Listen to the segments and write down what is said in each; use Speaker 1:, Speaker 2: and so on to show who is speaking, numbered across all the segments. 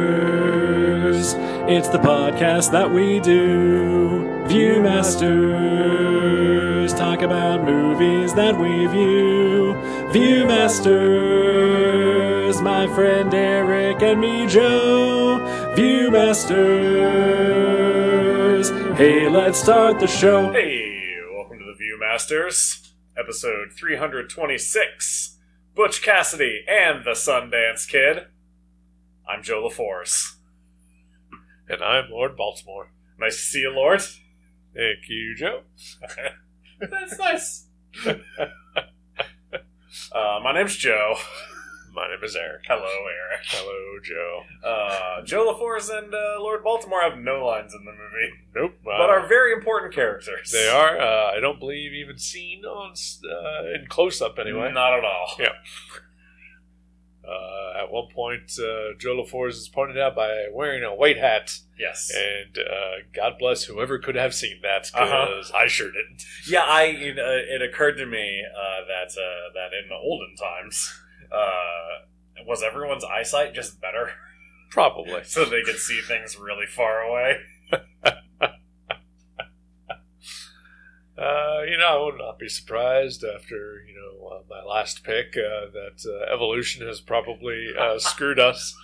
Speaker 1: Viewmasters. It's the podcast that we do. Viewmasters. Talk about movies that we view. Viewmasters. My friend Eric and me, Joe. Viewmasters. Hey, let's start the show.
Speaker 2: Hey, welcome to the Viewmasters, episode 326 Butch Cassidy and the Sundance Kid. I'm Joe LaForce.
Speaker 3: And I'm Lord Baltimore.
Speaker 2: Nice to see you, Lord.
Speaker 3: Thank you, Joe.
Speaker 2: That's nice. uh, my name's Joe.
Speaker 3: My name is Eric.
Speaker 2: Hello, Eric.
Speaker 3: Hello, Joe.
Speaker 2: Uh, Joe LaForce and uh, Lord Baltimore have no lines in the movie,
Speaker 3: Nope. uh,
Speaker 2: but are very important characters.
Speaker 3: they are. Uh, I don't believe even seen on s- uh, in close up anyway.
Speaker 2: Not at all.
Speaker 3: Yeah. Uh, at one point, uh, Joe LaForge is pointed out by wearing a white hat,
Speaker 2: Yes.
Speaker 3: and uh, God bless whoever could have seen that
Speaker 2: Uh-huh.
Speaker 3: because I sure didn't.
Speaker 2: Yeah, I it, uh, it occurred to me uh, that uh, that in the olden times, uh, was everyone's eyesight just better,
Speaker 3: Probably.
Speaker 2: so they could see things really far away?
Speaker 3: Uh, you know, I would not be surprised after you know uh, my last pick uh, that uh, evolution has probably uh, screwed us.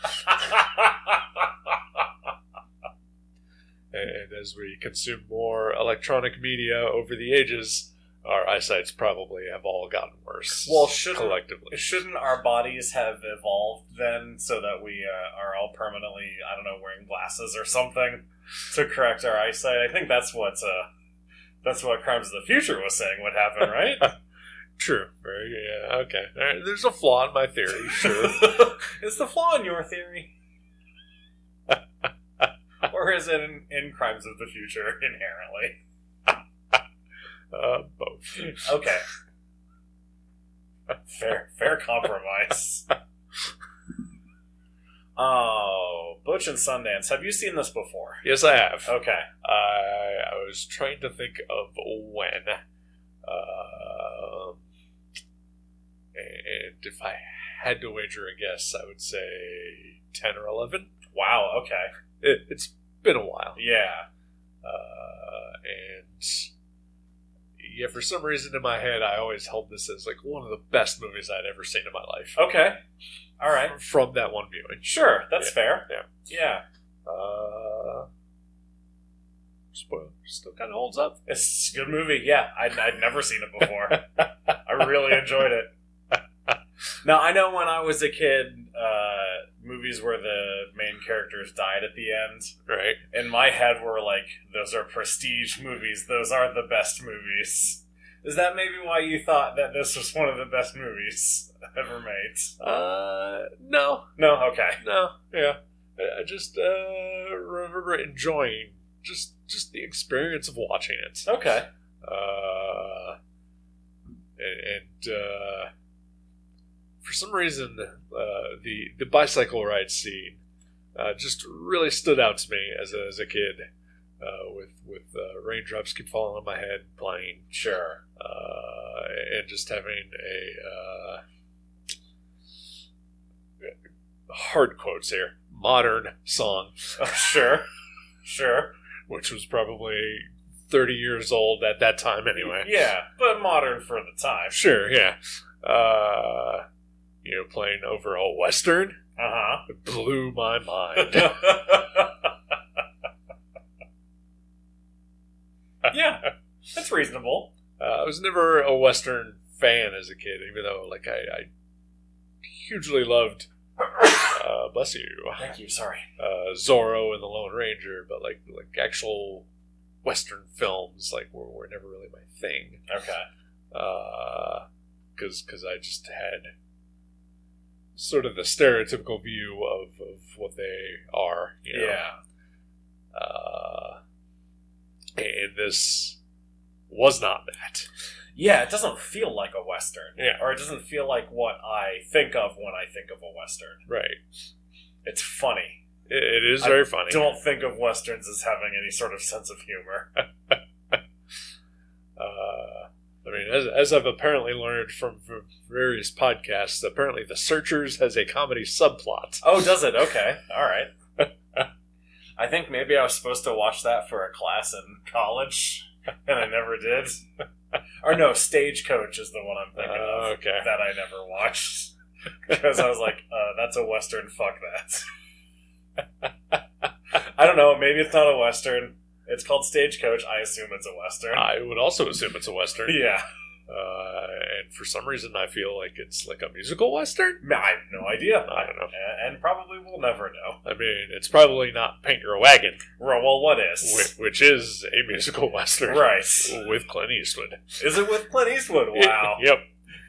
Speaker 3: and as we consume more electronic media over the ages, our eyesight's probably have all gotten worse.
Speaker 2: Well, shouldn't-
Speaker 3: collectively?
Speaker 2: Shouldn't our bodies have evolved then, so that we uh, are all permanently, I don't know, wearing glasses or something to correct our eyesight? I think that's what uh, that's what Crimes of the Future was saying would happen, right?
Speaker 3: True. Very. Yeah. Okay. All right. There's a flaw in my theory. Sure.
Speaker 2: it's the flaw in your theory. or is it in, in Crimes of the Future inherently?
Speaker 3: uh, both.
Speaker 2: Okay. Fair, fair compromise. Oh, Butch and Sundance. Have you seen this before?
Speaker 3: Yes, I have.
Speaker 2: Okay.
Speaker 3: I I was trying to think of when, Um and if I had to wager a guess, I would say ten or eleven.
Speaker 2: Wow. Okay.
Speaker 3: It, it's been a while,
Speaker 2: Yeah.
Speaker 3: uh, and yeah, for some reason in my head, I always held this as like one of the best movies I'd ever seen in my life.
Speaker 2: Okay. Oh, All right.
Speaker 3: from that one viewing.
Speaker 2: Sure. That's
Speaker 3: Yeah,
Speaker 2: fair.
Speaker 3: yeah.
Speaker 2: Yeah.
Speaker 3: Uh, spoiler still kind of holds up.
Speaker 2: It's a good movie. Yeah, I'd, I'd never seen it before. I really enjoyed it. Now I know when I was a kid, uh, movies where the main characters died at the end
Speaker 3: Right.
Speaker 2: in my head were like, "Those are prestige movies. Those aren't the best movies." Is that maybe why you thought that this was one of the best movies ever made?
Speaker 3: Uh, no,
Speaker 2: No. Okay.
Speaker 3: No, yeah. I I just uh, remember enjoying just just the experience of watching it.
Speaker 2: Okay.
Speaker 3: Uh, and uh, for some reason, uh, the the bicycle ride scene uh, just really stood out to me as a, as a kid. Uh, with with uh, raindrops keep falling on my head, playing
Speaker 2: Sure.
Speaker 3: uh, and just having a uh, hard quotes here modern song
Speaker 2: sure. Sure.
Speaker 3: which was probably 30 years old at that time anyway
Speaker 2: Yeah, but modern for the time.
Speaker 3: sure yeah uh, you know playing over a western
Speaker 2: Uh
Speaker 3: it blew my mind
Speaker 2: huh. yeah, that's reasonable.
Speaker 3: uh, i was never a western fan as a kid even though like i, I hugely loved uh, bless you
Speaker 2: Thank you. Sorry.
Speaker 3: uh, Zorro and the Lone Ranger, but like like actual Western films like were, were never really my thing
Speaker 2: Okay.
Speaker 3: because because I just had sort of the stereotypical view of, of what they are, you know.
Speaker 2: Yeah.
Speaker 3: Uh, and this was not that.
Speaker 2: Yeah, it doesn't feel like a western.
Speaker 3: Yeah.
Speaker 2: Or it doesn't feel like what I think of when I think of a western.
Speaker 3: Right.
Speaker 2: It's funny.
Speaker 3: It, it is
Speaker 2: I
Speaker 3: very funny.
Speaker 2: Don't think of westerns as having any sort of sense of humor.
Speaker 3: Uh, I mean, as, as I've apparently learned from, from various podcasts, apparently The Searchers has a comedy subplot.
Speaker 2: Oh, does it? Okay. All right. I think maybe I was supposed to watch that for a class in college, and I never did. or no, Stagecoach is the one I'm thinking
Speaker 3: Uh,
Speaker 2: of
Speaker 3: okay.
Speaker 2: that I never watched because I was like, uh, "That's a western. Fuck that." I don't know. Maybe it's not a western. It's called Stagecoach. I assume it's a western.
Speaker 3: I would also assume it's a western.
Speaker 2: yeah.
Speaker 3: Uh, and for some reason, I feel like it's like a musical western.
Speaker 2: No, I have no idea.
Speaker 3: I don't know.
Speaker 2: A- And probably we'll never know.
Speaker 3: I mean, it's probably not Paint Your Wagon,
Speaker 2: Ro- Well, what is?
Speaker 3: which, which is a musical western
Speaker 2: Right.
Speaker 3: with Clint Eastwood.
Speaker 2: Is it with Clint Eastwood? Wow.
Speaker 3: yep.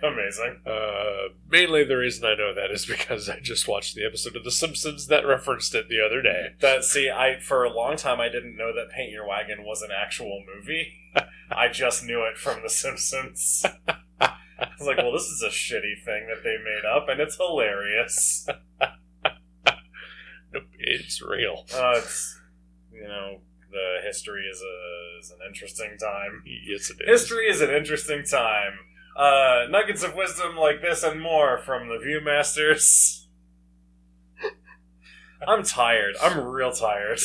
Speaker 2: Amazing.
Speaker 3: Uh, mainly the reason I know that is because I just watched the episode of The Simpsons that referenced it the other day.
Speaker 2: That see, I for a long time I didn't know that Paint Your Wagon was an actual movie. I just knew it from The Simpsons. I was like, well, this is a shitty thing that they made up, and it's hilarious.
Speaker 3: Nope, it's real.
Speaker 2: Uh, it's, you know, the history is a is an interesting time.
Speaker 3: Yes, it is.
Speaker 2: History is an interesting time. Uh, nuggets of wisdom like this and more from the Viewmasters. I'm tired. I'm real tired.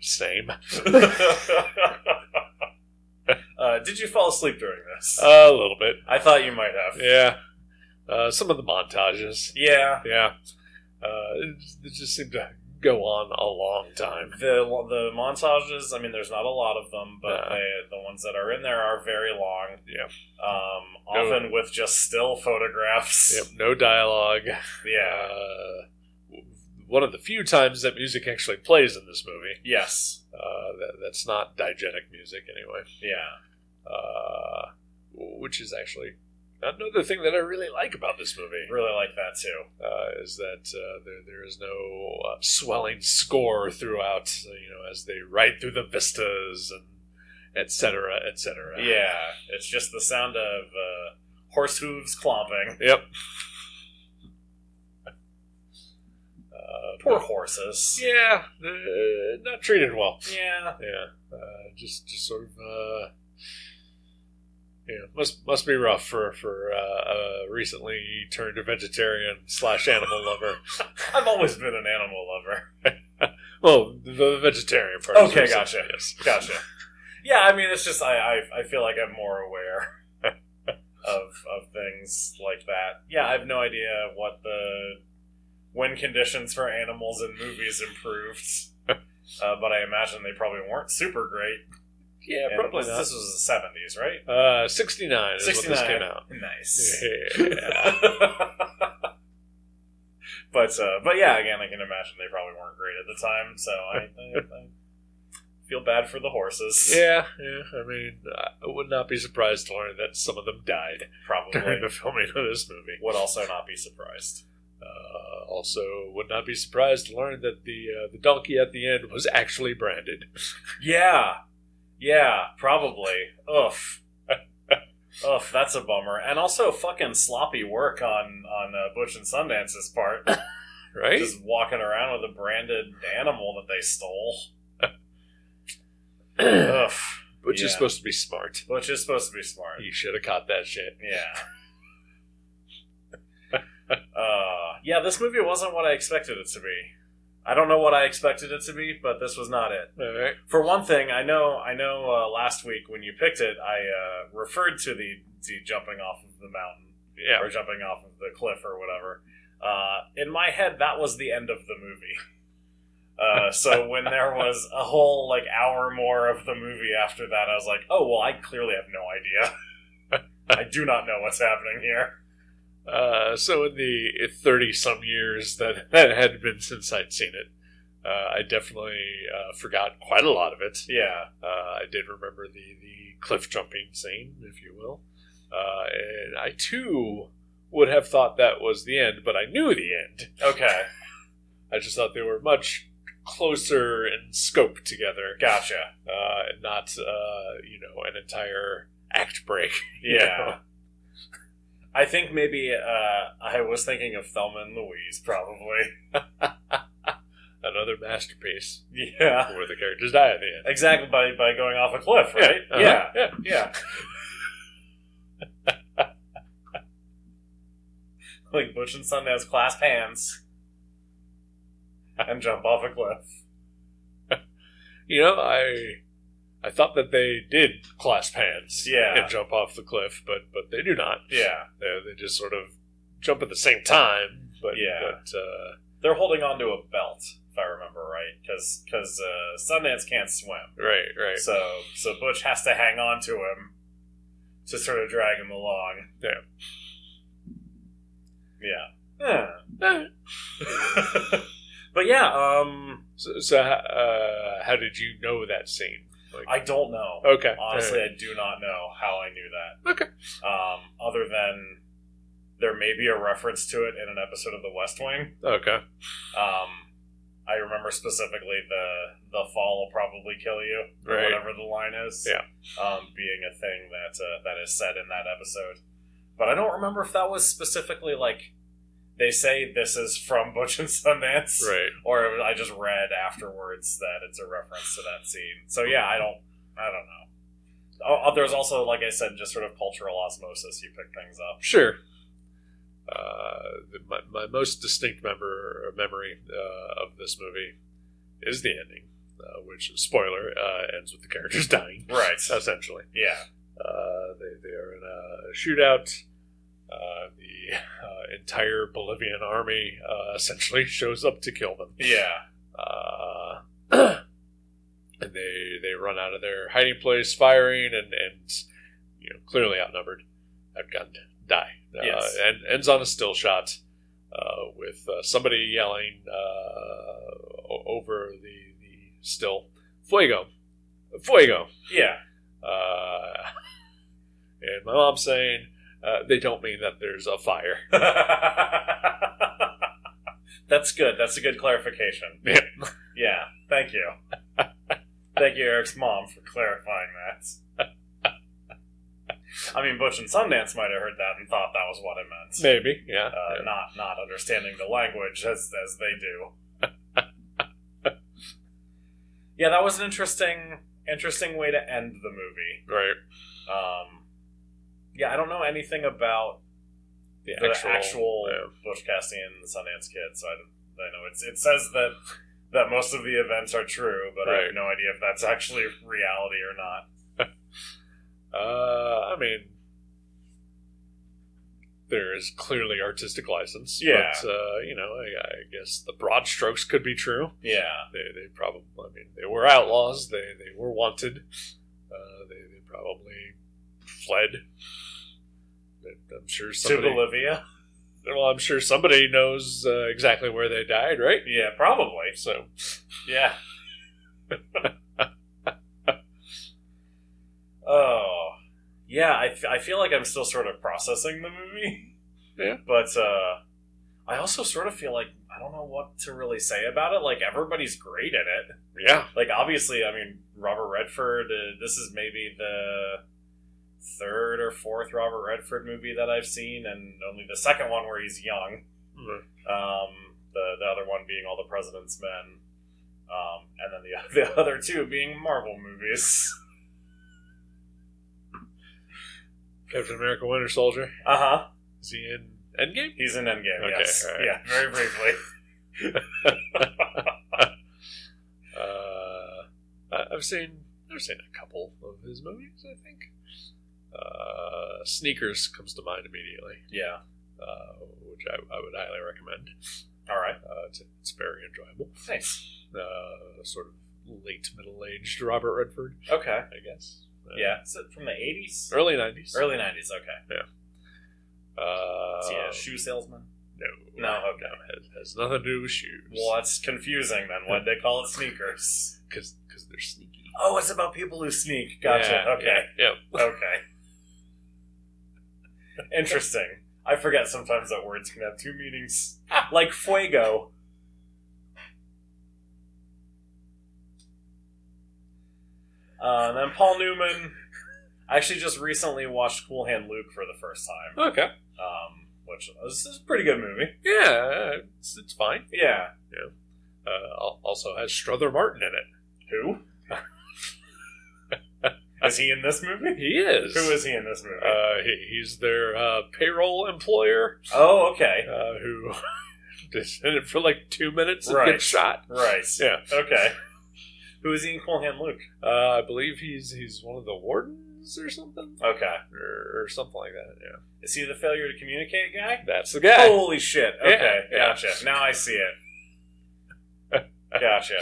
Speaker 3: Same.
Speaker 2: uh, did you fall asleep during this?
Speaker 3: A little bit.
Speaker 2: I thought you might have.
Speaker 3: Uh, Yeah. Uh, some of the montages.
Speaker 2: Yeah.
Speaker 3: Yeah. Uh, it, it just seemed to go on a long time.
Speaker 2: The the montages. I mean, there's not a lot of them,
Speaker 3: No.
Speaker 2: but they, the ones that are in there are very long.
Speaker 3: Uh. Yeah.
Speaker 2: Um,
Speaker 3: No.
Speaker 2: often with just still photographs.
Speaker 3: Yep, no dialogue.
Speaker 2: Yeah.
Speaker 3: Uh, one of the few times that music actually plays in this movie.
Speaker 2: Yes.
Speaker 3: Uh, that, that's not diegetic music, anyway.
Speaker 2: Yeah.
Speaker 3: Uh, which is actually another thing that I really like about this movie.
Speaker 2: Really like that too.
Speaker 3: uh, is that uh, there, there is no uh, swelling score throughout, you know, as they ride through the vistas and et cetera, et cetera.
Speaker 2: Yeah, it's just the sound of uh, horse hooves clomping.
Speaker 3: Yep. Uh,
Speaker 2: Poor
Speaker 3: but-
Speaker 2: horses.
Speaker 3: Yeah, uh, not treated well.
Speaker 2: Yeah.
Speaker 3: Yeah, uh, just just sort of. Uh, yeah, must must be rough for for uh, a recently turned vegetarian slash animal lover.
Speaker 2: I've always been an animal lover.
Speaker 3: Well, the vegetarian part. is
Speaker 2: Okay,
Speaker 3: recent,
Speaker 2: gotcha.
Speaker 3: Yes.
Speaker 2: Gotcha. Yeah, I mean, it's just I I, I feel like I'm more aware of of things like that. Yeah, I have no idea what the when conditions for animals in movies improved. Uh, but I imagine they probably weren't super great.
Speaker 3: Yeah,
Speaker 2: And
Speaker 3: probably
Speaker 2: this,
Speaker 3: not.
Speaker 2: This was the 70s, right?
Speaker 3: Uh, 69 is when this
Speaker 2: 69.
Speaker 3: came out.
Speaker 2: Nice.
Speaker 3: Yeah.
Speaker 2: but uh, but yeah, again, I can imagine they probably weren't great at the time, so I, I, I feel bad for the horses.
Speaker 3: yeah, yeah. I mean, I would not be surprised to learn that some of them died during
Speaker 2: probably
Speaker 3: the filming of this movie.
Speaker 2: would also not be surprised.
Speaker 3: Uh, also, would not be surprised to learn that the uh, the donkey at the end was actually branded.
Speaker 2: Yeah, yeah, probably. Oof, oof, that's a bummer. And also, fucking sloppy work on on uh, Butch and Sundance's part,
Speaker 3: Right?
Speaker 2: just walking around with a branded animal that they stole. Ugh.
Speaker 3: Which
Speaker 2: yeah.
Speaker 3: is supposed to be smart.
Speaker 2: Butch is supposed to be smart.
Speaker 3: You should have caught that shit.
Speaker 2: Yeah. uh, yeah, this movie wasn't what I expected it to be. I don't know what I expected it to be, but this was not it.
Speaker 3: All right.
Speaker 2: For one thing, I know, I know. Uh, last week when you picked it, I uh, referred to the the jumping off of the mountain
Speaker 3: Yeah.
Speaker 2: or jumping off of the cliff or whatever. Uh, in my head, that was the end of the movie. Uh, so when there was a whole like hour more of the movie after that, I was like, oh well, I clearly have no idea. I do not know what's happening here.
Speaker 3: Uh, so in the 30 some years that, that had been since I'd seen it, uh, I definitely uh, forgot quite a lot of it.
Speaker 2: Yeah,
Speaker 3: Uh, I did remember the, the cliff jumping scene, if you will. Uh, and I too would have thought that was the end, but I knew the end.
Speaker 2: okay,
Speaker 3: I just thought they were much closer in scope together,
Speaker 2: gotcha.
Speaker 3: uh, and not, uh, you know, an entire act break. you
Speaker 2: Yeah.
Speaker 3: know?
Speaker 2: I think maybe uh, I was thinking of Thelma and Louise, probably.
Speaker 3: Another masterpiece
Speaker 2: Yeah,
Speaker 3: where the characters die at the end.
Speaker 2: exactly by by going off a cliff, right?
Speaker 3: Uh-huh.
Speaker 2: Yeah,
Speaker 3: yeah.
Speaker 2: yeah. like Butch and Son has clasped hands and jump off a cliff.
Speaker 3: You know, I I thought that they did clasp hands
Speaker 2: Yeah.
Speaker 3: and jump off the cliff, but but they do not.
Speaker 2: Yeah,
Speaker 3: They, they just sort of jump at the same time. But
Speaker 2: Yeah.
Speaker 3: but, uh,
Speaker 2: they're holding onto a belt if I remember right, because because uh, Sundance can't swim,
Speaker 3: right, right.
Speaker 2: so so Butch has to hang on to him to sort of drag him along.
Speaker 3: Yeah.
Speaker 2: yeah, Huh. but yeah, um,
Speaker 3: So, so uh, how did you know that scene? Like,
Speaker 2: I don't know.
Speaker 3: okay,
Speaker 2: Honestly, I do not know how I knew that.
Speaker 3: Okay.
Speaker 2: Um, other than there may be a reference to it in an episode of The West Wing.
Speaker 3: okay,
Speaker 2: Um, I remember specifically the the fall will probably kill you, or
Speaker 3: Right.
Speaker 2: whatever the line is.
Speaker 3: Yeah.
Speaker 2: Um, being a thing that uh, that is said in that episode, but I don't remember if that was specifically like they say this is from Butch and Sundance,
Speaker 3: right.
Speaker 2: or it was, I just read afterwards that it's a reference to that scene. So yeah, I don't, I don't know. Oh, oh, there's also, like I said, just sort of cultural osmosis. You pick things up.
Speaker 3: Sure. Uh, the- my, my most distinct member memory uh, of this movie is the ending, uh, which spoiler uh, ends with the characters dying.
Speaker 2: Right.
Speaker 3: Essentially,
Speaker 2: Yeah.
Speaker 3: uh, they they are in a shootout. Uh, the uh, entire Bolivian army uh, essentially shows up to kill them.
Speaker 2: Yeah.
Speaker 3: Uh, and they they run out of their hiding place, firing, and and you know clearly outnumbered, outgunned, die.
Speaker 2: Yes.
Speaker 3: Uh, and ends on a still shot uh, with uh, somebody yelling uh, o- over the the still fuego, fuego.
Speaker 2: Yeah.
Speaker 3: Uh, and my mom saying uh, they don't mean that there's a fire.
Speaker 2: That's good. That's a good clarification.
Speaker 3: Yeah.
Speaker 2: Yeah. Thank you. Thank you, Eric's mom, for clarifying that. I mean, Butch and Sundance might have heard that and thought that was what it meant.
Speaker 3: Maybe, yeah.
Speaker 2: uh,
Speaker 3: yeah.
Speaker 2: not not understanding the language as as they do. yeah, that was an interesting interesting way to end the movie.
Speaker 3: Right.
Speaker 2: Um, yeah, I don't know anything about
Speaker 3: The
Speaker 2: the actual,
Speaker 3: yeah.
Speaker 2: Bush casting and the Sundance Kid, so I, don't- I know it's it says that that most of the events are true, but I have
Speaker 3: Right.
Speaker 2: no idea if that's actually reality or not.
Speaker 3: Uh, I mean, there is clearly artistic license.
Speaker 2: Yeah.
Speaker 3: But, uh, you know, I, I guess the broad strokes could be true.
Speaker 2: Yeah,
Speaker 3: They, they probably, I mean, they were outlaws. They, they were wanted. Uh, they, they probably fled. I'm sure
Speaker 2: to
Speaker 3: somebody.
Speaker 2: Bolivia.
Speaker 3: Well, I'm sure somebody knows uh, exactly where they died, right?
Speaker 2: Yeah, probably.
Speaker 3: So,
Speaker 2: Yeah. oh, yeah. I, f- I feel like I'm still sort of processing the movie.
Speaker 3: Yeah.
Speaker 2: But uh, I also sort of feel like I don't know what to really say about it. Like everybody's great in it.
Speaker 3: yeah,
Speaker 2: Like obviously, I mean Robert Redford. Uh, this is maybe the third or fourth Robert Redford movie that I've seen, and only the second one where he's young um, the the other one being all the President's Men, um, and then the the other two being Marvel movies.
Speaker 3: Captain America: Winter Soldier.
Speaker 2: Uh huh.
Speaker 3: Is he in Endgame?
Speaker 2: He's in Endgame.
Speaker 3: Okay,
Speaker 2: yes.
Speaker 3: all right.
Speaker 2: Yeah. Very briefly.
Speaker 3: Uh, I- I've seen I've seen a couple of his movies. I think uh, Sneakers comes to mind immediately,
Speaker 2: yeah.
Speaker 3: uh, which I, I would highly recommend.
Speaker 2: All right.
Speaker 3: Uh, it's, it's very enjoyable.
Speaker 2: Nice.
Speaker 3: Uh, sort of late middle aged Robert Redford,
Speaker 2: Okay.
Speaker 3: I guess. Uh,
Speaker 2: Yeah. Is it from the eighties?
Speaker 3: early nineties.
Speaker 2: Early nineties. Okay.
Speaker 3: Uh,
Speaker 2: Is he a shoe salesman?
Speaker 3: No,
Speaker 2: No, okay.
Speaker 3: has, has nothing to do with shoes.
Speaker 2: Well, that's confusing then. Why'd they call it sneakers?
Speaker 3: Because they're sneaky.
Speaker 2: Oh, it's about people who sneak. Gotcha.
Speaker 3: Yeah,
Speaker 2: okay.
Speaker 3: Yeah, yeah.
Speaker 2: Okay. Interesting. I forget sometimes that words can have two meanings. Like fuego. Uh, and then Paul Newman. I actually just recently watched Cool Hand Luke for the first time,
Speaker 3: Okay.
Speaker 2: um, which is is a pretty good movie.
Speaker 3: Yeah, it's, it's fine.
Speaker 2: Yeah.
Speaker 3: Uh, al- also has Strother Martin in it.
Speaker 2: Who? Is he in this movie?
Speaker 3: He is.
Speaker 2: Who is he in this movie?
Speaker 3: Uh, he, he's their uh, payroll employer
Speaker 2: oh, okay.
Speaker 3: uh, who is in it for like two minutes and
Speaker 2: Right.
Speaker 3: gets shot.
Speaker 2: Right.
Speaker 3: Yeah,
Speaker 2: Okay. Who is he in Cool Hand Luke?
Speaker 3: uh, I believe he's he's one of the wardens or something
Speaker 2: Okay.
Speaker 3: or, or something like that. Yeah,
Speaker 2: Is he the failure to communicate guy?
Speaker 3: that's the guy.
Speaker 2: Holy shit. Okay.
Speaker 3: Yeah, yeah.
Speaker 2: gotcha. Now I see it. Gotcha.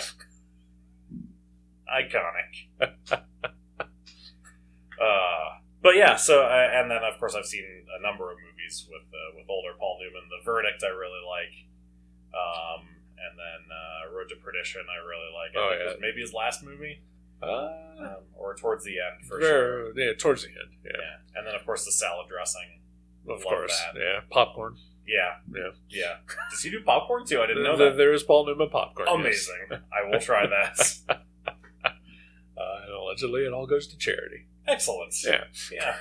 Speaker 2: Iconic. uh, but yeah, so, uh, and then of course I've seen a number of movies with, uh, with older Paul Newman. The Verdict I really like. Um, and then uh, Road to Perdition I really like. I
Speaker 3: Oh,
Speaker 2: think it
Speaker 3: yeah.
Speaker 2: was maybe his last movie,
Speaker 3: Uh,
Speaker 2: um, or towards the end for
Speaker 3: very-
Speaker 2: sure.
Speaker 3: Yeah, towards the end. Yeah,
Speaker 2: Yeah. And then of course the salad dressing.
Speaker 3: of
Speaker 2: Love
Speaker 3: course.
Speaker 2: that.
Speaker 3: Yeah, popcorn.
Speaker 2: Yeah.
Speaker 3: Yeah.
Speaker 2: Yeah. Does he do popcorn too? I didn't know
Speaker 3: Th-
Speaker 2: that.
Speaker 3: There is Paul Newman popcorn. yes.
Speaker 2: Amazing. I will try that.
Speaker 3: Uh, and allegedly, it all goes to charity.
Speaker 2: Excellent.
Speaker 3: Yeah.
Speaker 2: Yeah.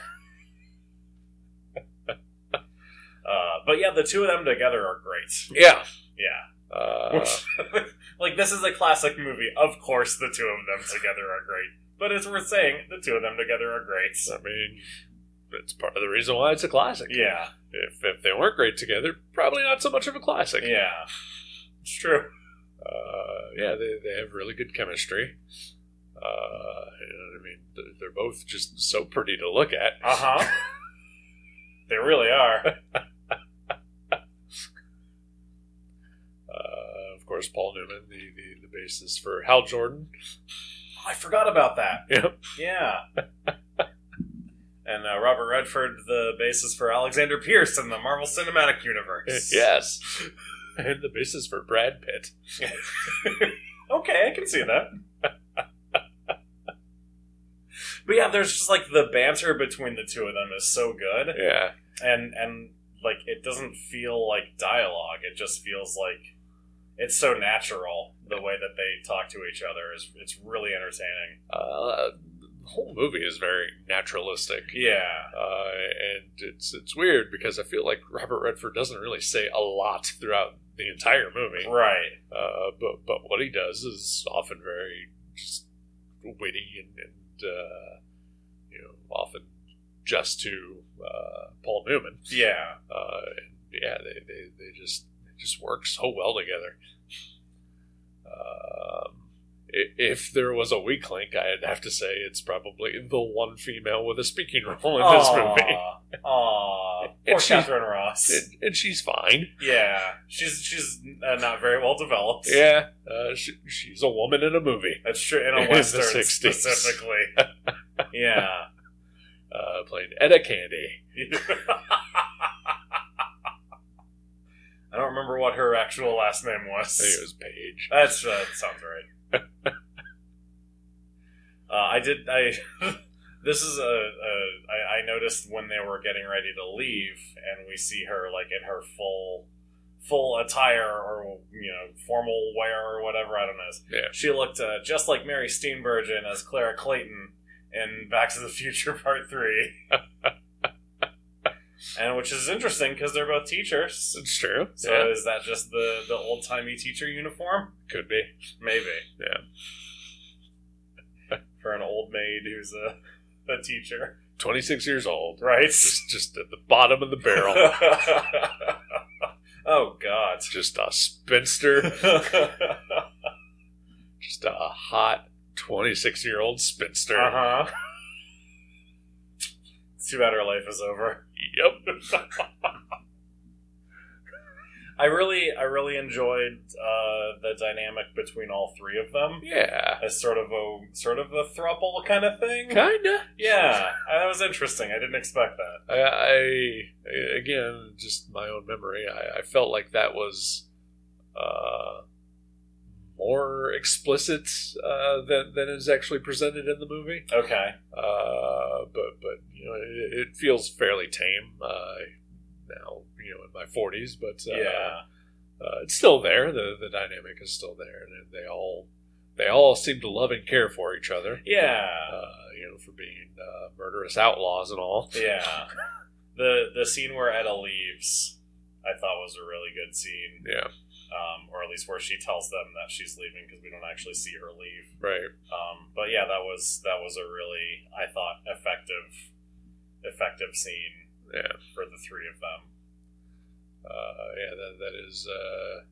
Speaker 2: Uh, but yeah, the two of them together are great.
Speaker 3: Yeah.
Speaker 2: Yeah.
Speaker 3: Uh,
Speaker 2: like, this is a classic movie. Of course, the two of them together are great. But as we're saying, the two of them together are great.
Speaker 3: I mean, that's part of the reason why it's a classic.
Speaker 2: Yeah.
Speaker 3: If, if they weren't great together, probably not so much of a classic.
Speaker 2: Yeah. It's true.
Speaker 3: Uh, yeah, they, they have really good chemistry. Uh, you know what I mean, They're- they're both just so pretty to look at.
Speaker 2: Uh huh. they really are.
Speaker 3: Uh, of course, Paul Newman, the, the, the basis for Hal Jordan.
Speaker 2: I forgot about that.
Speaker 3: Yep.
Speaker 2: Yeah. and uh, Robert Redford, the basis for Alexander Pierce in the Marvel Cinematic Universe.
Speaker 3: yes. And the basis for Brad Pitt.
Speaker 2: okay, I can see that. but yeah, there's just like the banter between the two of them is so good,
Speaker 3: Yeah.
Speaker 2: and and like it doesn't feel like dialogue. It just feels like it's so natural the way that they talk to each other is it's really entertaining.
Speaker 3: Uh, the whole movie is very naturalistic.
Speaker 2: Yeah.
Speaker 3: Uh, and it's it's weird because I feel like Robert Redford doesn't really say a lot throughout the entire movie.
Speaker 2: Right.
Speaker 3: Uh, but but what he does is often very just witty and, and uh, you know often just to uh, Paul Newman.
Speaker 2: Yeah.
Speaker 3: Uh, and yeah, they, they, they just they just work so well together. Um, i- if there was a weak link, I'd have to say it's probably the one female with a speaking role in this movie.
Speaker 2: movie. Aw. Poor
Speaker 3: And she-
Speaker 2: Catherine Ross.
Speaker 3: and, and she's fine.
Speaker 2: yeah. She's she's uh, not very well developed.
Speaker 3: Yeah, uh, she, she's a woman in a movie
Speaker 2: That's true. In
Speaker 3: In
Speaker 2: a
Speaker 3: the
Speaker 2: western
Speaker 3: 60s.
Speaker 2: specifically. yeah.
Speaker 3: uh, playing Etta Candy.
Speaker 2: I don't remember what her actual last name
Speaker 3: I think it
Speaker 2: was.
Speaker 3: was Paige.
Speaker 2: That's that sounds right. uh, I did. I this is a, a I, I noticed when they were getting ready to leave, and we see her like in her full full attire or you know formal wear or whatever. I don't know.
Speaker 3: Yeah.
Speaker 2: She looked uh, just like Mary Steenburgen as Clara Clayton in Back to the Future Part Three. And which is interesting because they're both teachers.
Speaker 3: It's true.
Speaker 2: So
Speaker 3: yeah,
Speaker 2: is that just the the old timey teacher uniform?
Speaker 3: could be.
Speaker 2: Maybe.
Speaker 3: Yeah.
Speaker 2: For an old maid who's a a teacher,
Speaker 3: 26 years old.
Speaker 2: right?
Speaker 3: Just, just at the bottom of the barrel.
Speaker 2: oh God.
Speaker 3: just a spinster.
Speaker 2: uh
Speaker 3: Just a hot 26 year old spinster.
Speaker 2: huh. Uh-huh. Too bad her life is over.
Speaker 3: Yep.
Speaker 2: I really, I really enjoyed uh, the dynamic between all three of them
Speaker 3: Yeah.
Speaker 2: as sort of a sort of a throuple kind of thing.
Speaker 3: Kinda.
Speaker 2: Yeah, that was interesting. I didn't expect that.
Speaker 3: I, I again, just my own memory. I, I felt like that was uh, more explicit uh, than than is actually presented in the movie.
Speaker 2: Okay.
Speaker 3: Uh, but but you know, it, it feels fairly tame uh, now. You know, in my forties, but uh,
Speaker 2: yeah.
Speaker 3: uh, it's still there. The the dynamic is still there, and they all they all seem to love and care for each other.
Speaker 2: Yeah.
Speaker 3: Uh, you know, for being uh, murderous outlaws and all.
Speaker 2: Yeah. The the scene where Etta leaves, I thought was a really good scene.
Speaker 3: Yeah.
Speaker 2: um, or at least where she tells them that she's leaving because we don't actually see her leave.
Speaker 3: Right.
Speaker 2: Um, but yeah, that was that was a really I thought effective effective scene
Speaker 3: Yeah.
Speaker 2: for the three of them.
Speaker 3: Uh, yeah, that, that is uh,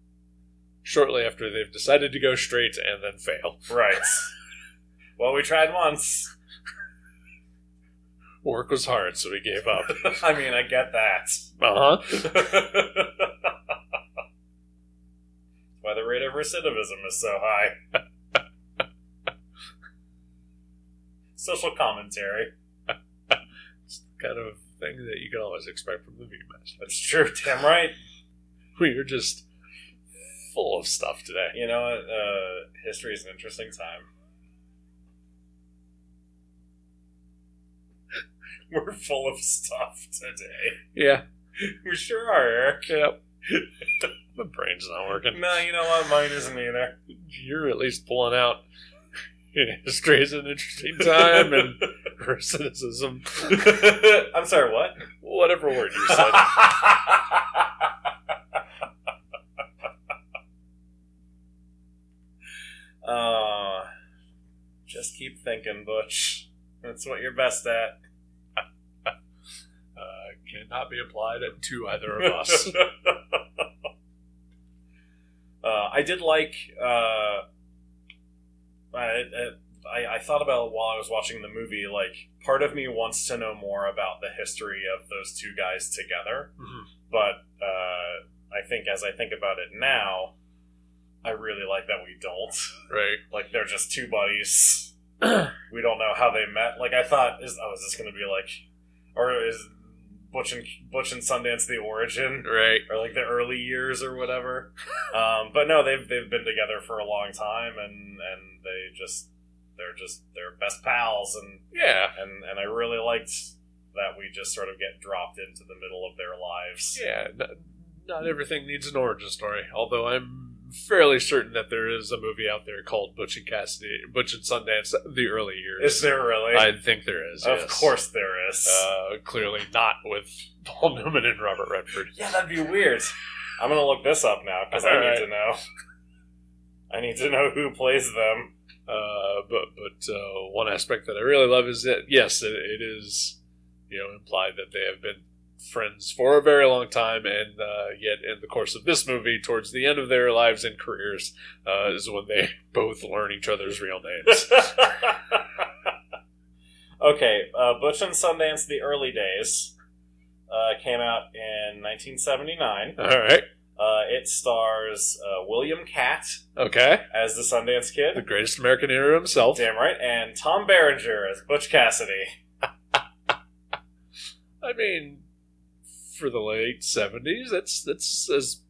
Speaker 3: shortly after they've decided to go straight and then fail
Speaker 2: Right. well, we tried once.
Speaker 3: work was hard so we gave up
Speaker 2: I mean, I get that.
Speaker 3: uh-huh
Speaker 2: Why the rate of recidivism is so high. Social commentary.
Speaker 3: kind of thing that you can always expect from the viewmaster
Speaker 2: That's true. Damn right.
Speaker 3: we are just full of stuff today
Speaker 2: You know, uh, history is an interesting time. We're full of stuff today.
Speaker 3: yeah
Speaker 2: We sure are, Eric.
Speaker 3: yep my brain's not working
Speaker 2: No, you know what? Mine isn't either.
Speaker 3: you're at least pulling out history is an interesting time and criticism
Speaker 2: I'm sorry, what?
Speaker 3: whatever word you said
Speaker 2: um, Uh, just keep thinking, Butch. That's what you're best at.
Speaker 3: uh, cannot be applied to either of us
Speaker 2: uh, I did like. Uh, I, I I thought about it while I was watching the movie. Like, part of me wants to know more about the history of those two guys together.
Speaker 3: Mm-hmm.
Speaker 2: but uh, I think as I think about it now, I really like that we don't.
Speaker 3: right
Speaker 2: Like they're just two buddies. we don't know how they met. Like I thought, is oh, is this going to be like, or is Butch and Butch and Sundance the origin,
Speaker 3: right
Speaker 2: or like the early years or whatever? um, but no, they've they've been together for a long time, and and they just they're just they're best pals, and
Speaker 3: yeah
Speaker 2: and and I really liked that we just sort of get dropped into the middle of their lives.
Speaker 3: yeah not, not everything needs an origin story although i'm fairly certain that there is a movie out there called butch and cassidy butch and sundance the early years
Speaker 2: Is there really?
Speaker 3: i think there is
Speaker 2: Of
Speaker 3: yes.
Speaker 2: course there is.
Speaker 3: uh, clearly not with paul newman and robert redford
Speaker 2: yeah, that'd be weird. I'm gonna look this up now because I need
Speaker 3: Alright.
Speaker 2: to know. I need to know who plays them.
Speaker 3: Uh, but but uh, one aspect that I really love is that yes, it, it is you know implied that they have been friends for a very long time, and uh, yet in the course of this movie, towards the end of their lives and careers, uh, is when they both learn each other's real names.
Speaker 2: okay, uh, Butch and Sundance: The Early Days uh, came out in 1979.
Speaker 3: All right,
Speaker 2: Uh, it stars uh, William Catt
Speaker 3: okay,
Speaker 2: as the Sundance
Speaker 3: the
Speaker 2: Kid.
Speaker 3: greatest American hero himself.
Speaker 2: Damn right, and Tom Berenger as Butch Cassidy.
Speaker 3: I mean, for the late seventies, that's that's as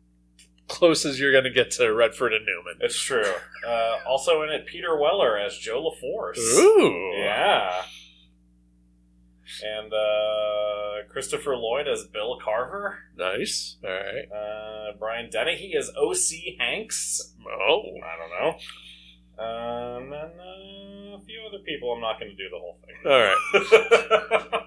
Speaker 3: close as you're going to get to Redford and Newman.
Speaker 2: It's true. Uh, also in it, Peter Weller as Joe LaForce.
Speaker 3: Ooh,
Speaker 2: Yeah. And uh, Christopher Lloyd as Bill Carver.
Speaker 3: nice. All right.
Speaker 2: Uh, Brian Dennehy as O.C. Hanks.
Speaker 3: Oh,
Speaker 2: I don't know. Um, and uh, a few other people. I'm not going to do the whole
Speaker 3: all right.
Speaker 2: thing.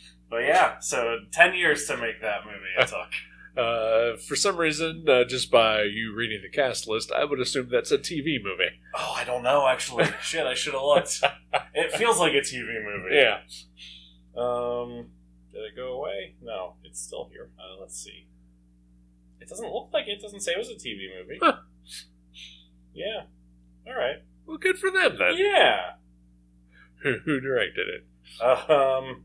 Speaker 2: but yeah, so 10 years to make that movie it took.
Speaker 3: Uh, for some reason, uh, just by you reading the cast list, I would assume that's a TV movie.
Speaker 2: oh, I don't know, actually. Shit, I should have looked. It feels like a TV movie.
Speaker 3: Yeah.
Speaker 2: Um, did it go away? No, it's still here. Uh, let's see. It doesn't look like it. it doesn't say it was a TV movie.
Speaker 3: Huh.
Speaker 2: Yeah. All right.
Speaker 3: Well, good for them then.
Speaker 2: Yeah.
Speaker 3: Who, who directed it?
Speaker 2: Um.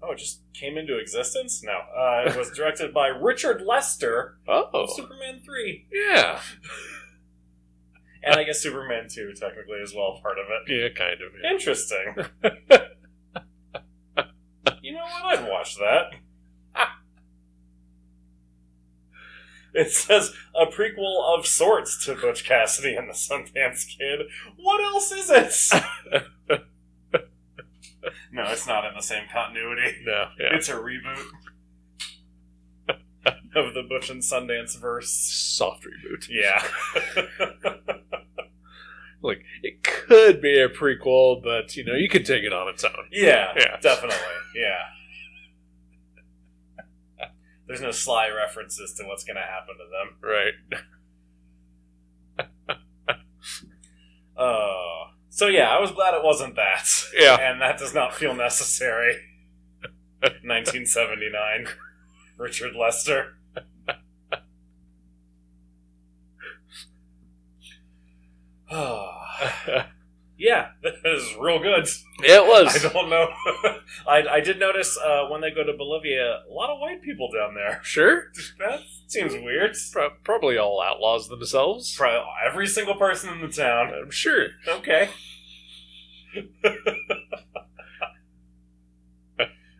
Speaker 2: Oh, it just came into existence. No, uh, it was directed by Richard Lester,
Speaker 3: Oh,
Speaker 2: Superman three,
Speaker 3: yeah,
Speaker 2: and I guess Superman two technically as well part of it.
Speaker 3: yeah, kind of. yeah.
Speaker 2: Interesting. you know what? I'd watch that. It says a prequel of sorts to Butch Cassidy and the Sundance Kid. What else is it? no, it's not in the same continuity.
Speaker 3: No, yeah.
Speaker 2: It's a reboot of the Butch and Sundance verse.
Speaker 3: Soft reboot.
Speaker 2: Yeah.
Speaker 3: Like it could be a prequel, but you know you could take it on its own.
Speaker 2: Yeah,
Speaker 3: Yeah.
Speaker 2: definitely. Yeah. there's no sly references to what's going to happen to them.
Speaker 3: Right.
Speaker 2: Oh. So yeah, I was glad it wasn't that.
Speaker 3: Yeah.
Speaker 2: And that does not feel necessary. 1979. Richard Lester. Oh. yeah, this is real good.
Speaker 3: it
Speaker 2: I
Speaker 3: was.
Speaker 2: don't know. I, I did notice uh, when they go to Bolivia, a lot of white people down there.
Speaker 3: Sure.
Speaker 2: That seems weird.
Speaker 3: Pro- probably all outlaws themselves.
Speaker 2: Probably every single person in the town.
Speaker 3: I'm sure.
Speaker 2: Okay. uh,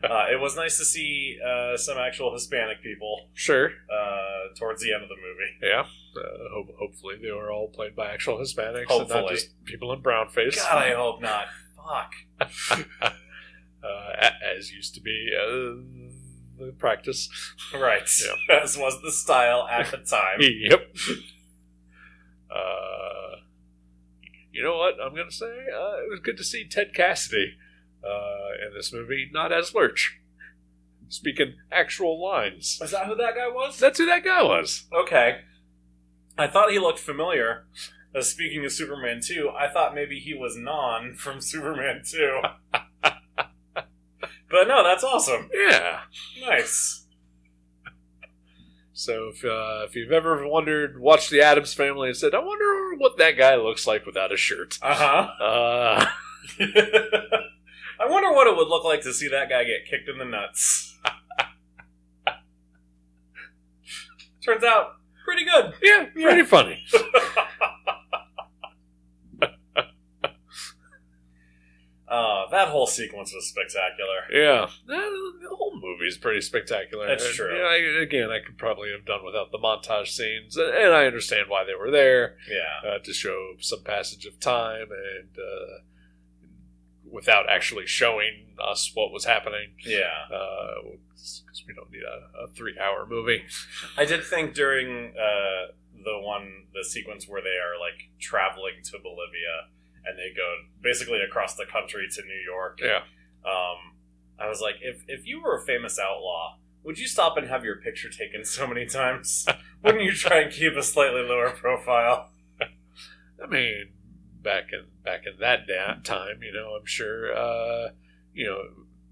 Speaker 2: it was nice to see uh, some actual Hispanic people
Speaker 3: Sure.
Speaker 2: uh, towards the end of the movie.
Speaker 3: Yeah. Uh, ho- hopefully they were all played by actual Hispanics and not
Speaker 2: Hopefully.
Speaker 3: just people in brown face.
Speaker 2: God, I hope not. Fuck.
Speaker 3: Uh, a- as used to be uh, the practice.
Speaker 2: Right. As was the style at the time.
Speaker 3: yep. Uh, you know what I'm going to say? Uh, it was good to see Ted Cassidy uh, in this movie, not as Lurch, speaking actual lines.
Speaker 2: Is that who that guy was?
Speaker 3: That's who that guy was.
Speaker 2: Okay. I thought he looked familiar. Uh, speaking of Superman 2, I thought maybe he was Non from Superman 2. but no, that's awesome.
Speaker 3: Yeah.
Speaker 2: Nice.
Speaker 3: So if uh, if you've ever wondered, watched the Adams Family and said, "I wonder what that guy looks like without a shirt,"
Speaker 2: Uh huh.
Speaker 3: uh,
Speaker 2: I wonder what it would look like to see that guy get kicked in the nuts. Turns out, pretty good.
Speaker 3: yeah, pretty funny.
Speaker 2: Uh, that whole sequence was spectacular.
Speaker 3: Yeah, Uh, the whole movie's pretty spectacular.
Speaker 2: That's
Speaker 3: And,
Speaker 2: true.
Speaker 3: yeah, I, again, I could probably have done without the montage scenes, and, and I understand why they were there
Speaker 2: Yeah.
Speaker 3: uh, to show some passage of time and uh, without actually showing us what was happening.
Speaker 2: Yeah.
Speaker 3: Because we don't need a, a three-hour movie.
Speaker 2: I did think during uh, the one, the sequence where they are like traveling to Bolivia and they go basically across the country to New York.
Speaker 3: Yeah.
Speaker 2: Um, I was like, if if you were a famous outlaw, would you stop and have your picture taken so many times? Wouldn't you try and keep a slightly lower profile?
Speaker 3: I mean, back in back in that da- time, you know, I'm sure, uh, you know,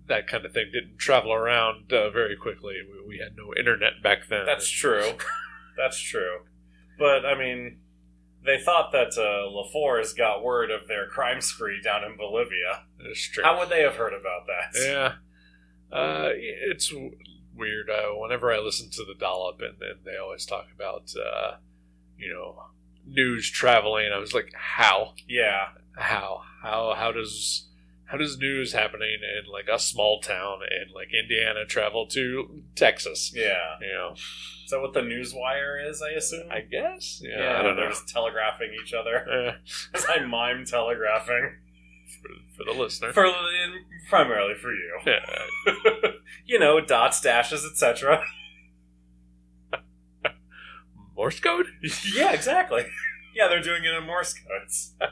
Speaker 3: that kind of thing didn't travel around uh, very quickly. We, we had no internet back then.
Speaker 2: That's true. That's true. But I mean, they thought that uh, LaFours got word of their crime spree down in Bolivia.
Speaker 3: That's true.
Speaker 2: How would they have heard about that?
Speaker 3: yeah, uh, it's w- weird. Uh, whenever I listen to the dollop, and, and they always talk about, uh, you know, news traveling, I was like, how,
Speaker 2: Yeah.
Speaker 3: how, how, how does how does news happening in like a small town in like Indiana travel to Texas?
Speaker 2: yeah.
Speaker 3: You know,
Speaker 2: Is that what the news wire is? I assume.
Speaker 3: I guess. Yeah,
Speaker 2: yeah,
Speaker 3: I don't
Speaker 2: they're
Speaker 3: know.
Speaker 2: just telegraphing each other.
Speaker 3: Uh,
Speaker 2: I mime telegraphing
Speaker 3: for the listener.
Speaker 2: for and primarily for you.
Speaker 3: yeah,
Speaker 2: you know, dots, dashes, etc.
Speaker 3: Morse code?
Speaker 2: yeah, exactly. Yeah, they're doing it in Morse codes.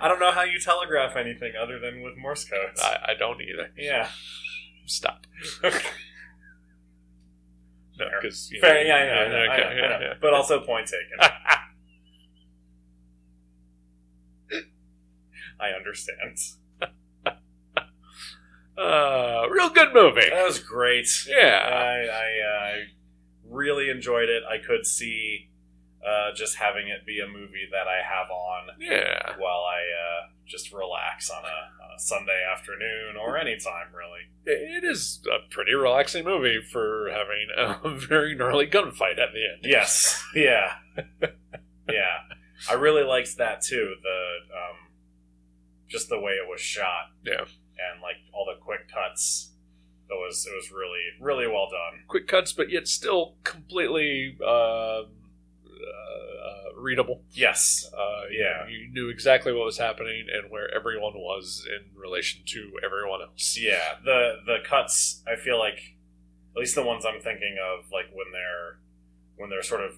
Speaker 2: I don't know how you telegraph anything other than with Morse codes.
Speaker 3: I, I don't either.
Speaker 2: yeah.
Speaker 3: Stop. No,
Speaker 2: Fair.
Speaker 3: because you
Speaker 2: Fair, yeah, I know, I know,
Speaker 3: okay,
Speaker 2: I know, I know.
Speaker 3: yeah, yeah.
Speaker 2: But also point taken. I understand.
Speaker 3: Uh, real good movie.
Speaker 2: That was great.
Speaker 3: Yeah.
Speaker 2: I, I uh, really enjoyed it. I could see uh, just having it be a movie that I have on
Speaker 3: yeah.
Speaker 2: while I uh, just relax on a, on a Sunday afternoon or any time, really.
Speaker 3: It is a pretty relaxing movie for having a very gnarly gunfight at the end.
Speaker 2: Yes. Yeah. yeah. I really liked that too. The um, just the way it was shot.
Speaker 3: Yeah.
Speaker 2: And like all the quick cuts. It was it was really really well done.
Speaker 3: Quick cuts, but yet still completely um, uh, uh, readable.
Speaker 2: Yes.
Speaker 3: Uh, you-
Speaker 2: Yeah.
Speaker 3: You knew exactly what was happening and where everyone was in relation to everyone else.
Speaker 2: Yeah, the the cuts. I feel like at least the ones I'm thinking of, like when they're when they're sort of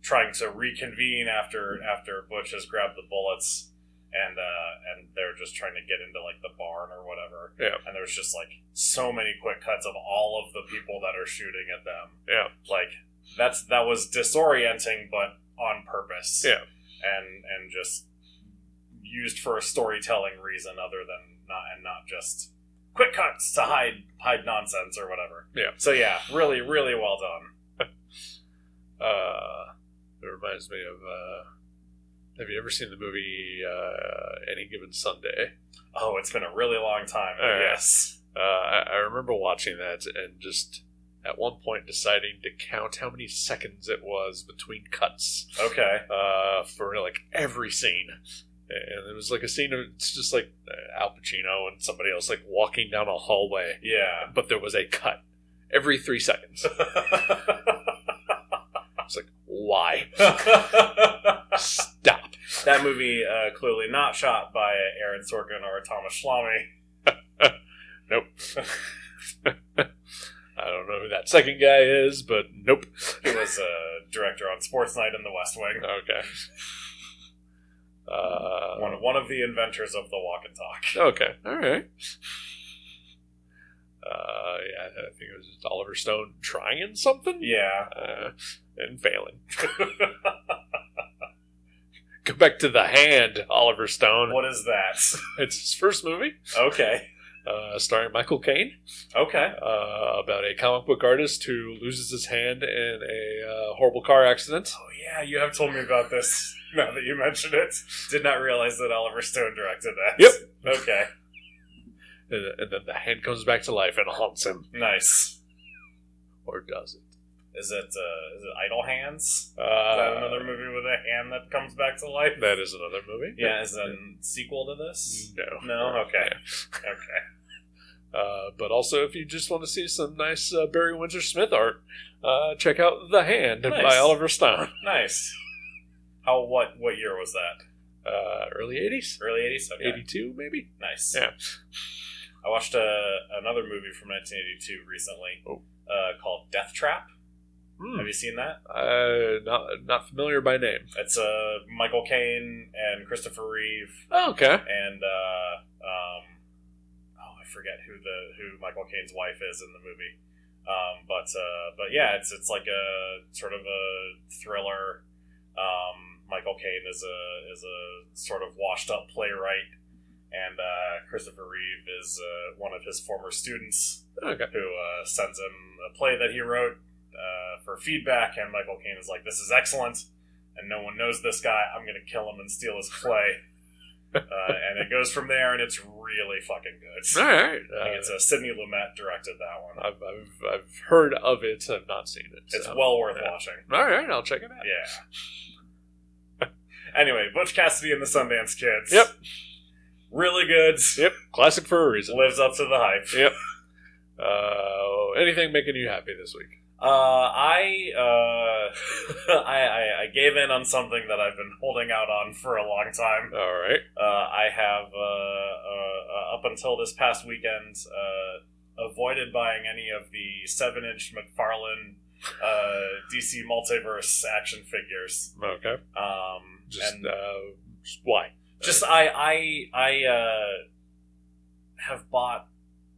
Speaker 2: trying to reconvene after after Butch has grabbed the bullets, and uh, and they were just trying to get into like the barn or whatever.
Speaker 3: Yeah.
Speaker 2: And there was just like so many quick cuts of all of the people that are shooting at them.
Speaker 3: Yeah.
Speaker 2: Like that's that was disorienting, but on purpose.
Speaker 3: Yeah.
Speaker 2: And and just used for a storytelling reason other than not and not just quick cuts to hide hide nonsense or whatever.
Speaker 3: Yeah.
Speaker 2: So yeah, really really well done.
Speaker 3: Uh, it reminds me of. Uh, have you ever seen the movie uh, Any Given Sunday?
Speaker 2: Oh, it's been a really long time.
Speaker 3: All right.
Speaker 2: Yes.
Speaker 3: Uh, I, I remember watching that and just at one point deciding to count how many seconds it was between cuts
Speaker 2: Okay.
Speaker 3: uh, for like every scene. And it was like a scene of it's just like Al Pacino and somebody else like walking down a hallway,
Speaker 2: Yeah.
Speaker 3: but there was a cut every three seconds. It's like why
Speaker 2: that
Speaker 3: stop?
Speaker 2: movie uh, clearly not shot by Aaron Sorkin or Thomas Schlamme.
Speaker 3: I don't know who that second guy is, but nope.
Speaker 2: He was a director on Sports Night in the West Wing.
Speaker 3: Okay. Uh,
Speaker 2: One, one of the inventors of the walk and talk.
Speaker 3: Okay. All right. Uh, yeah, I think it was just Oliver Stone trying something.
Speaker 2: Yeah.
Speaker 3: Uh, and failing. Go back to the hand, Oliver Stone.
Speaker 2: What is that?
Speaker 3: It's his first movie,
Speaker 2: Okay.
Speaker 3: uh, starring Michael Caine,
Speaker 2: Okay.
Speaker 3: uh, about a comic book artist who loses his hand in a uh, horrible car accident.
Speaker 2: Oh, yeah, you have told me about this now that you mention it. Did not realize that Oliver Stone directed that.
Speaker 3: Yep.
Speaker 2: Okay.
Speaker 3: And, and then the hand comes back to life and haunts him.
Speaker 2: Nice.
Speaker 3: Or does it?
Speaker 2: Is it, uh, is it Idle Hands? Is that
Speaker 3: Uh,
Speaker 2: another movie with a hand that comes back to life?
Speaker 3: that is another movie.
Speaker 2: Yeah, is that a sequel to this?
Speaker 3: No.
Speaker 2: No? Okay. Okay.
Speaker 3: Uh, but also, if you just want to see some nice uh, Barry Windsor Smith art, uh, check out The Hand by
Speaker 2: Nice.
Speaker 3: Oliver Stone.
Speaker 2: Nice. How what what year was that?
Speaker 3: Uh, early 80s?
Speaker 2: Early eighties? Okay.
Speaker 3: 82, maybe?
Speaker 2: Nice.
Speaker 3: Yeah.
Speaker 2: I watched a, another movie from nineteen eighty two recently
Speaker 3: Oh.
Speaker 2: uh, called Death Trap.
Speaker 3: Hmm.
Speaker 2: Have you seen that?
Speaker 3: Uh, not, not familiar by name.
Speaker 2: It's uh, Michael Caine and Christopher Reeve
Speaker 3: Oh, okay.
Speaker 2: and uh, um, oh I forget who the who Michael Caine's wife is in the movie. Um, but uh, but yeah, it's it's like a sort of a thriller. Um, Michael Caine is a is a sort of washed up playwright, and uh, Christopher Reeve is uh, one of his former students
Speaker 3: Okay.
Speaker 2: who uh, sends him a play that he wrote uh, for feedback. And Michael Caine is like, "This is excellent, and no one knows this guy. I'm gonna kill him and steal his play." uh, and it goes from there, and it's really fucking good.
Speaker 3: All right.
Speaker 2: I think
Speaker 3: Uh,
Speaker 2: it's uh, Sidney Lumet directed that one.
Speaker 3: I've, I've, I've heard of it. I've not seen it.
Speaker 2: It's
Speaker 3: so.
Speaker 2: well worth
Speaker 3: yeah.
Speaker 2: watching.
Speaker 3: All right. I'll check it out.
Speaker 2: Yeah. anyway, Butch Cassidy and the Sundance Kids.
Speaker 3: Yep.
Speaker 2: Really good.
Speaker 3: Yep. Classic for a reason.
Speaker 2: Lives up to the hype.
Speaker 3: Yep. Uh, anything making you happy this week?
Speaker 2: Uh, I, uh, I, I I gave in on something that I've been holding out on for a long time.
Speaker 3: All right.
Speaker 2: Uh, I have uh, uh, uh, up until this past weekend uh, avoided buying any of the seven-inch McFarlane uh, DC Multiverse action figures.
Speaker 3: Okay.
Speaker 2: Um,
Speaker 3: Just,
Speaker 2: and
Speaker 3: uh, just why?
Speaker 2: just I I I uh, have bought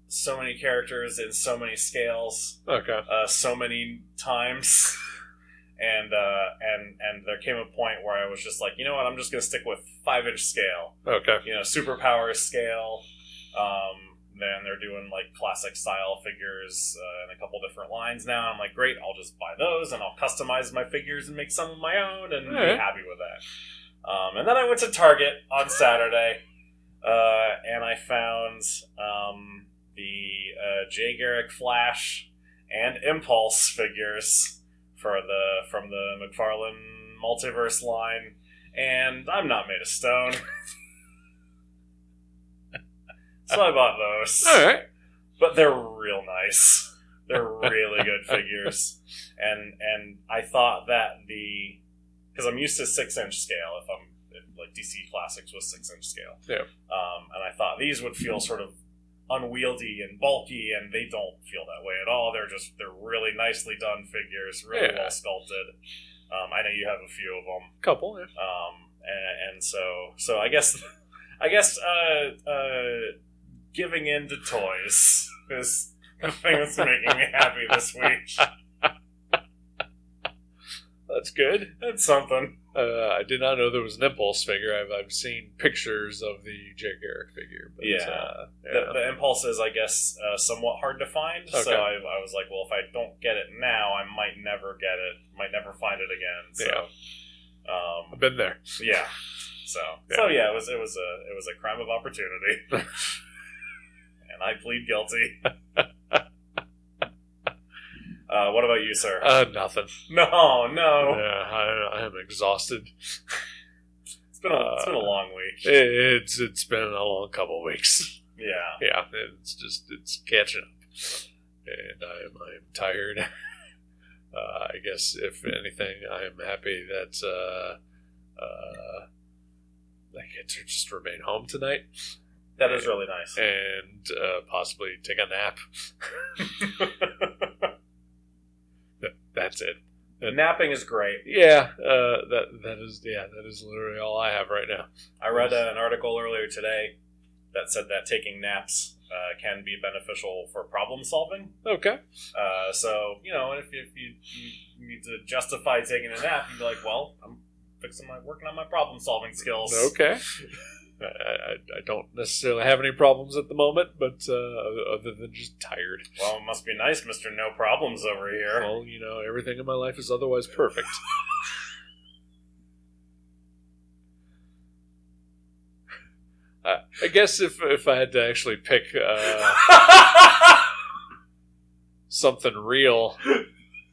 Speaker 2: so many characters in so many scales
Speaker 3: Okay.
Speaker 2: uh, so many times, and uh, and and there came a point where I was just like, you know what, I'm just gonna stick with five inch scale,
Speaker 3: Okay.
Speaker 2: you know, superpower scale. Um, then they're doing like classic style figures uh, in a couple different lines now. I'm like, great, I'll just buy those and I'll customize my figures and make some of my own and
Speaker 3: Alright.
Speaker 2: be happy with that. Um, and then I went to Target on Saturday uh, and I found um, the uh, Jay Garrick Flash and Impulse figures for the from the McFarlane multiverse line, and I'm not made of stone, so I bought those.
Speaker 3: All right.
Speaker 2: But they're real nice. They're really good figures, and and I thought that the because I'm used to six inch scale. If I'm if, like DC Classics was six inch scale,
Speaker 3: Yeah.
Speaker 2: Um, and I thought these would feel sort of unwieldy and bulky, and they don't feel that way at all. They're just they're really nicely done figures, really
Speaker 3: Yeah.
Speaker 2: well sculpted. Um, I know you have a few of them,
Speaker 3: Couple. Yeah.
Speaker 2: um, and, and so so I guess I guess uh, uh, giving in to toys is the thing that's making me happy this week.
Speaker 3: That's good.
Speaker 2: That's something.
Speaker 3: Uh, I did not know there was an impulse figure. I've, I've seen pictures of the Jake Eric figure. But,
Speaker 2: Yeah.
Speaker 3: Uh,
Speaker 2: The, the impulse is, I guess, uh, somewhat hard to find. So
Speaker 3: Okay.
Speaker 2: I, I was like, well, if I don't get it now, I might never get it. Might never find it again. So,
Speaker 3: I've
Speaker 2: um,
Speaker 3: been there.
Speaker 2: yeah. So, so yeah, it was it was a it was a crime of opportunity, and I plead guilty. uh, what about you, sir?
Speaker 3: Uh, nothing.
Speaker 2: no,
Speaker 3: Yeah,
Speaker 2: no.
Speaker 3: I, I am exhausted.
Speaker 2: It's been a,
Speaker 3: Uh,
Speaker 2: it's been a long week.
Speaker 3: It, it's it's been a long couple weeks.
Speaker 2: Yeah.
Speaker 3: Yeah, it's just it's catching up, and I am I am tired. Uh, I guess if anything, I am happy that uh, uh, I get to just remain home tonight
Speaker 2: That is really nice.
Speaker 3: and uh, possibly take a nap. That- That's it.
Speaker 2: Napping is great.
Speaker 3: Yeah, uh, that that is yeah that is literally all I have right now.
Speaker 2: I read uh, an article earlier today that said that taking naps uh, can be beneficial for problem solving.
Speaker 3: Okay.
Speaker 2: Uh, so, you know, if, if you, you need to justify taking a nap, you'd be like, well, I'm fixing my, working on my problem solving skills.
Speaker 3: Okay. I, I, I don't necessarily have any problems at the moment, but uh, other than just tired.
Speaker 2: Well, it must be nice, Mr. No Problems over here.
Speaker 3: Well, you know, everything in my life is otherwise perfect. I, I guess if if I had to actually pick uh,
Speaker 2: Uh,
Speaker 3: something real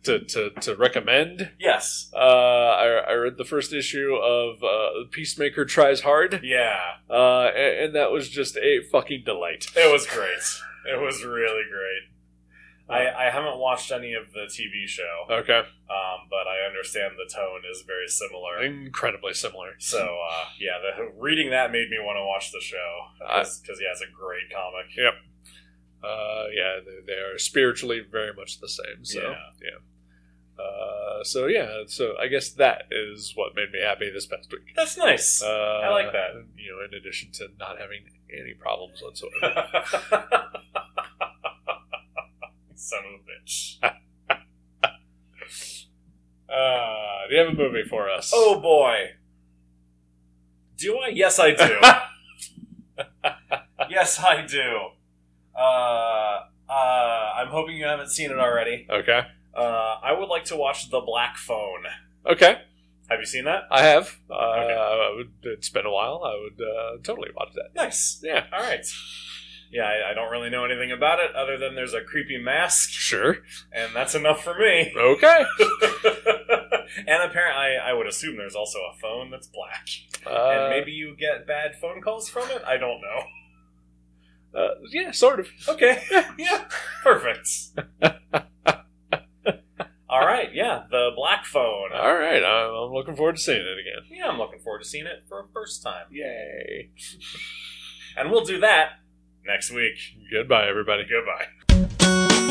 Speaker 3: to, to, to recommend,
Speaker 2: yes.
Speaker 3: uh, I, I read the first issue of uh, Peacemaker Tries Hard,
Speaker 2: Yeah.
Speaker 3: uh, and, and that was just a fucking delight.
Speaker 2: It was great. It was really great. I, I haven't watched any of the TV show,
Speaker 3: Okay.
Speaker 2: um, but I understand the tone is very similar.
Speaker 3: Incredibly similar.
Speaker 2: So uh, yeah, the, reading that made me want to watch the show because yeah, it's a great comic.
Speaker 3: Uh, yeah, they, they are spiritually very much the same. So yeah.
Speaker 2: Yeah.
Speaker 3: Uh, so yeah, so I guess that is what made me happy this past week.
Speaker 2: That's nice.
Speaker 3: Uh,
Speaker 2: like that.
Speaker 3: You know, in addition to not having any problems whatsoever.
Speaker 2: Son of a bitch.
Speaker 3: uh, do you have a movie for us?
Speaker 2: Oh boy. Do I? Yes, I do. yes, I do. Uh, uh, I'm hoping you haven't seen it already.
Speaker 3: Okay.
Speaker 2: Uh, I would like to watch The Black Phone.
Speaker 3: Okay.
Speaker 2: Have you seen that?
Speaker 3: I have. Uh,
Speaker 2: Okay.
Speaker 3: I would, it's been a while. I would uh, totally watch that.
Speaker 2: Nice.
Speaker 3: Yeah.
Speaker 2: All right. Yeah, I, I don't really know anything about it other than there's a creepy mask,
Speaker 3: Sure.
Speaker 2: and that's enough for me.
Speaker 3: Okay.
Speaker 2: and apparently, I, I would assume there's also a phone that's black,
Speaker 3: Uh,
Speaker 2: and maybe you get bad phone calls from it. I don't know.
Speaker 3: Uh, yeah, sort of.
Speaker 2: Okay, yeah, perfect. All right, yeah, the black phone.
Speaker 3: All right. I'm, I'm looking forward to seeing it again.
Speaker 2: Yeah, I'm looking forward to seeing it for a first time,
Speaker 3: Yay.
Speaker 2: and we'll do that next week.
Speaker 3: Goodbye, everybody.
Speaker 2: Goodbye.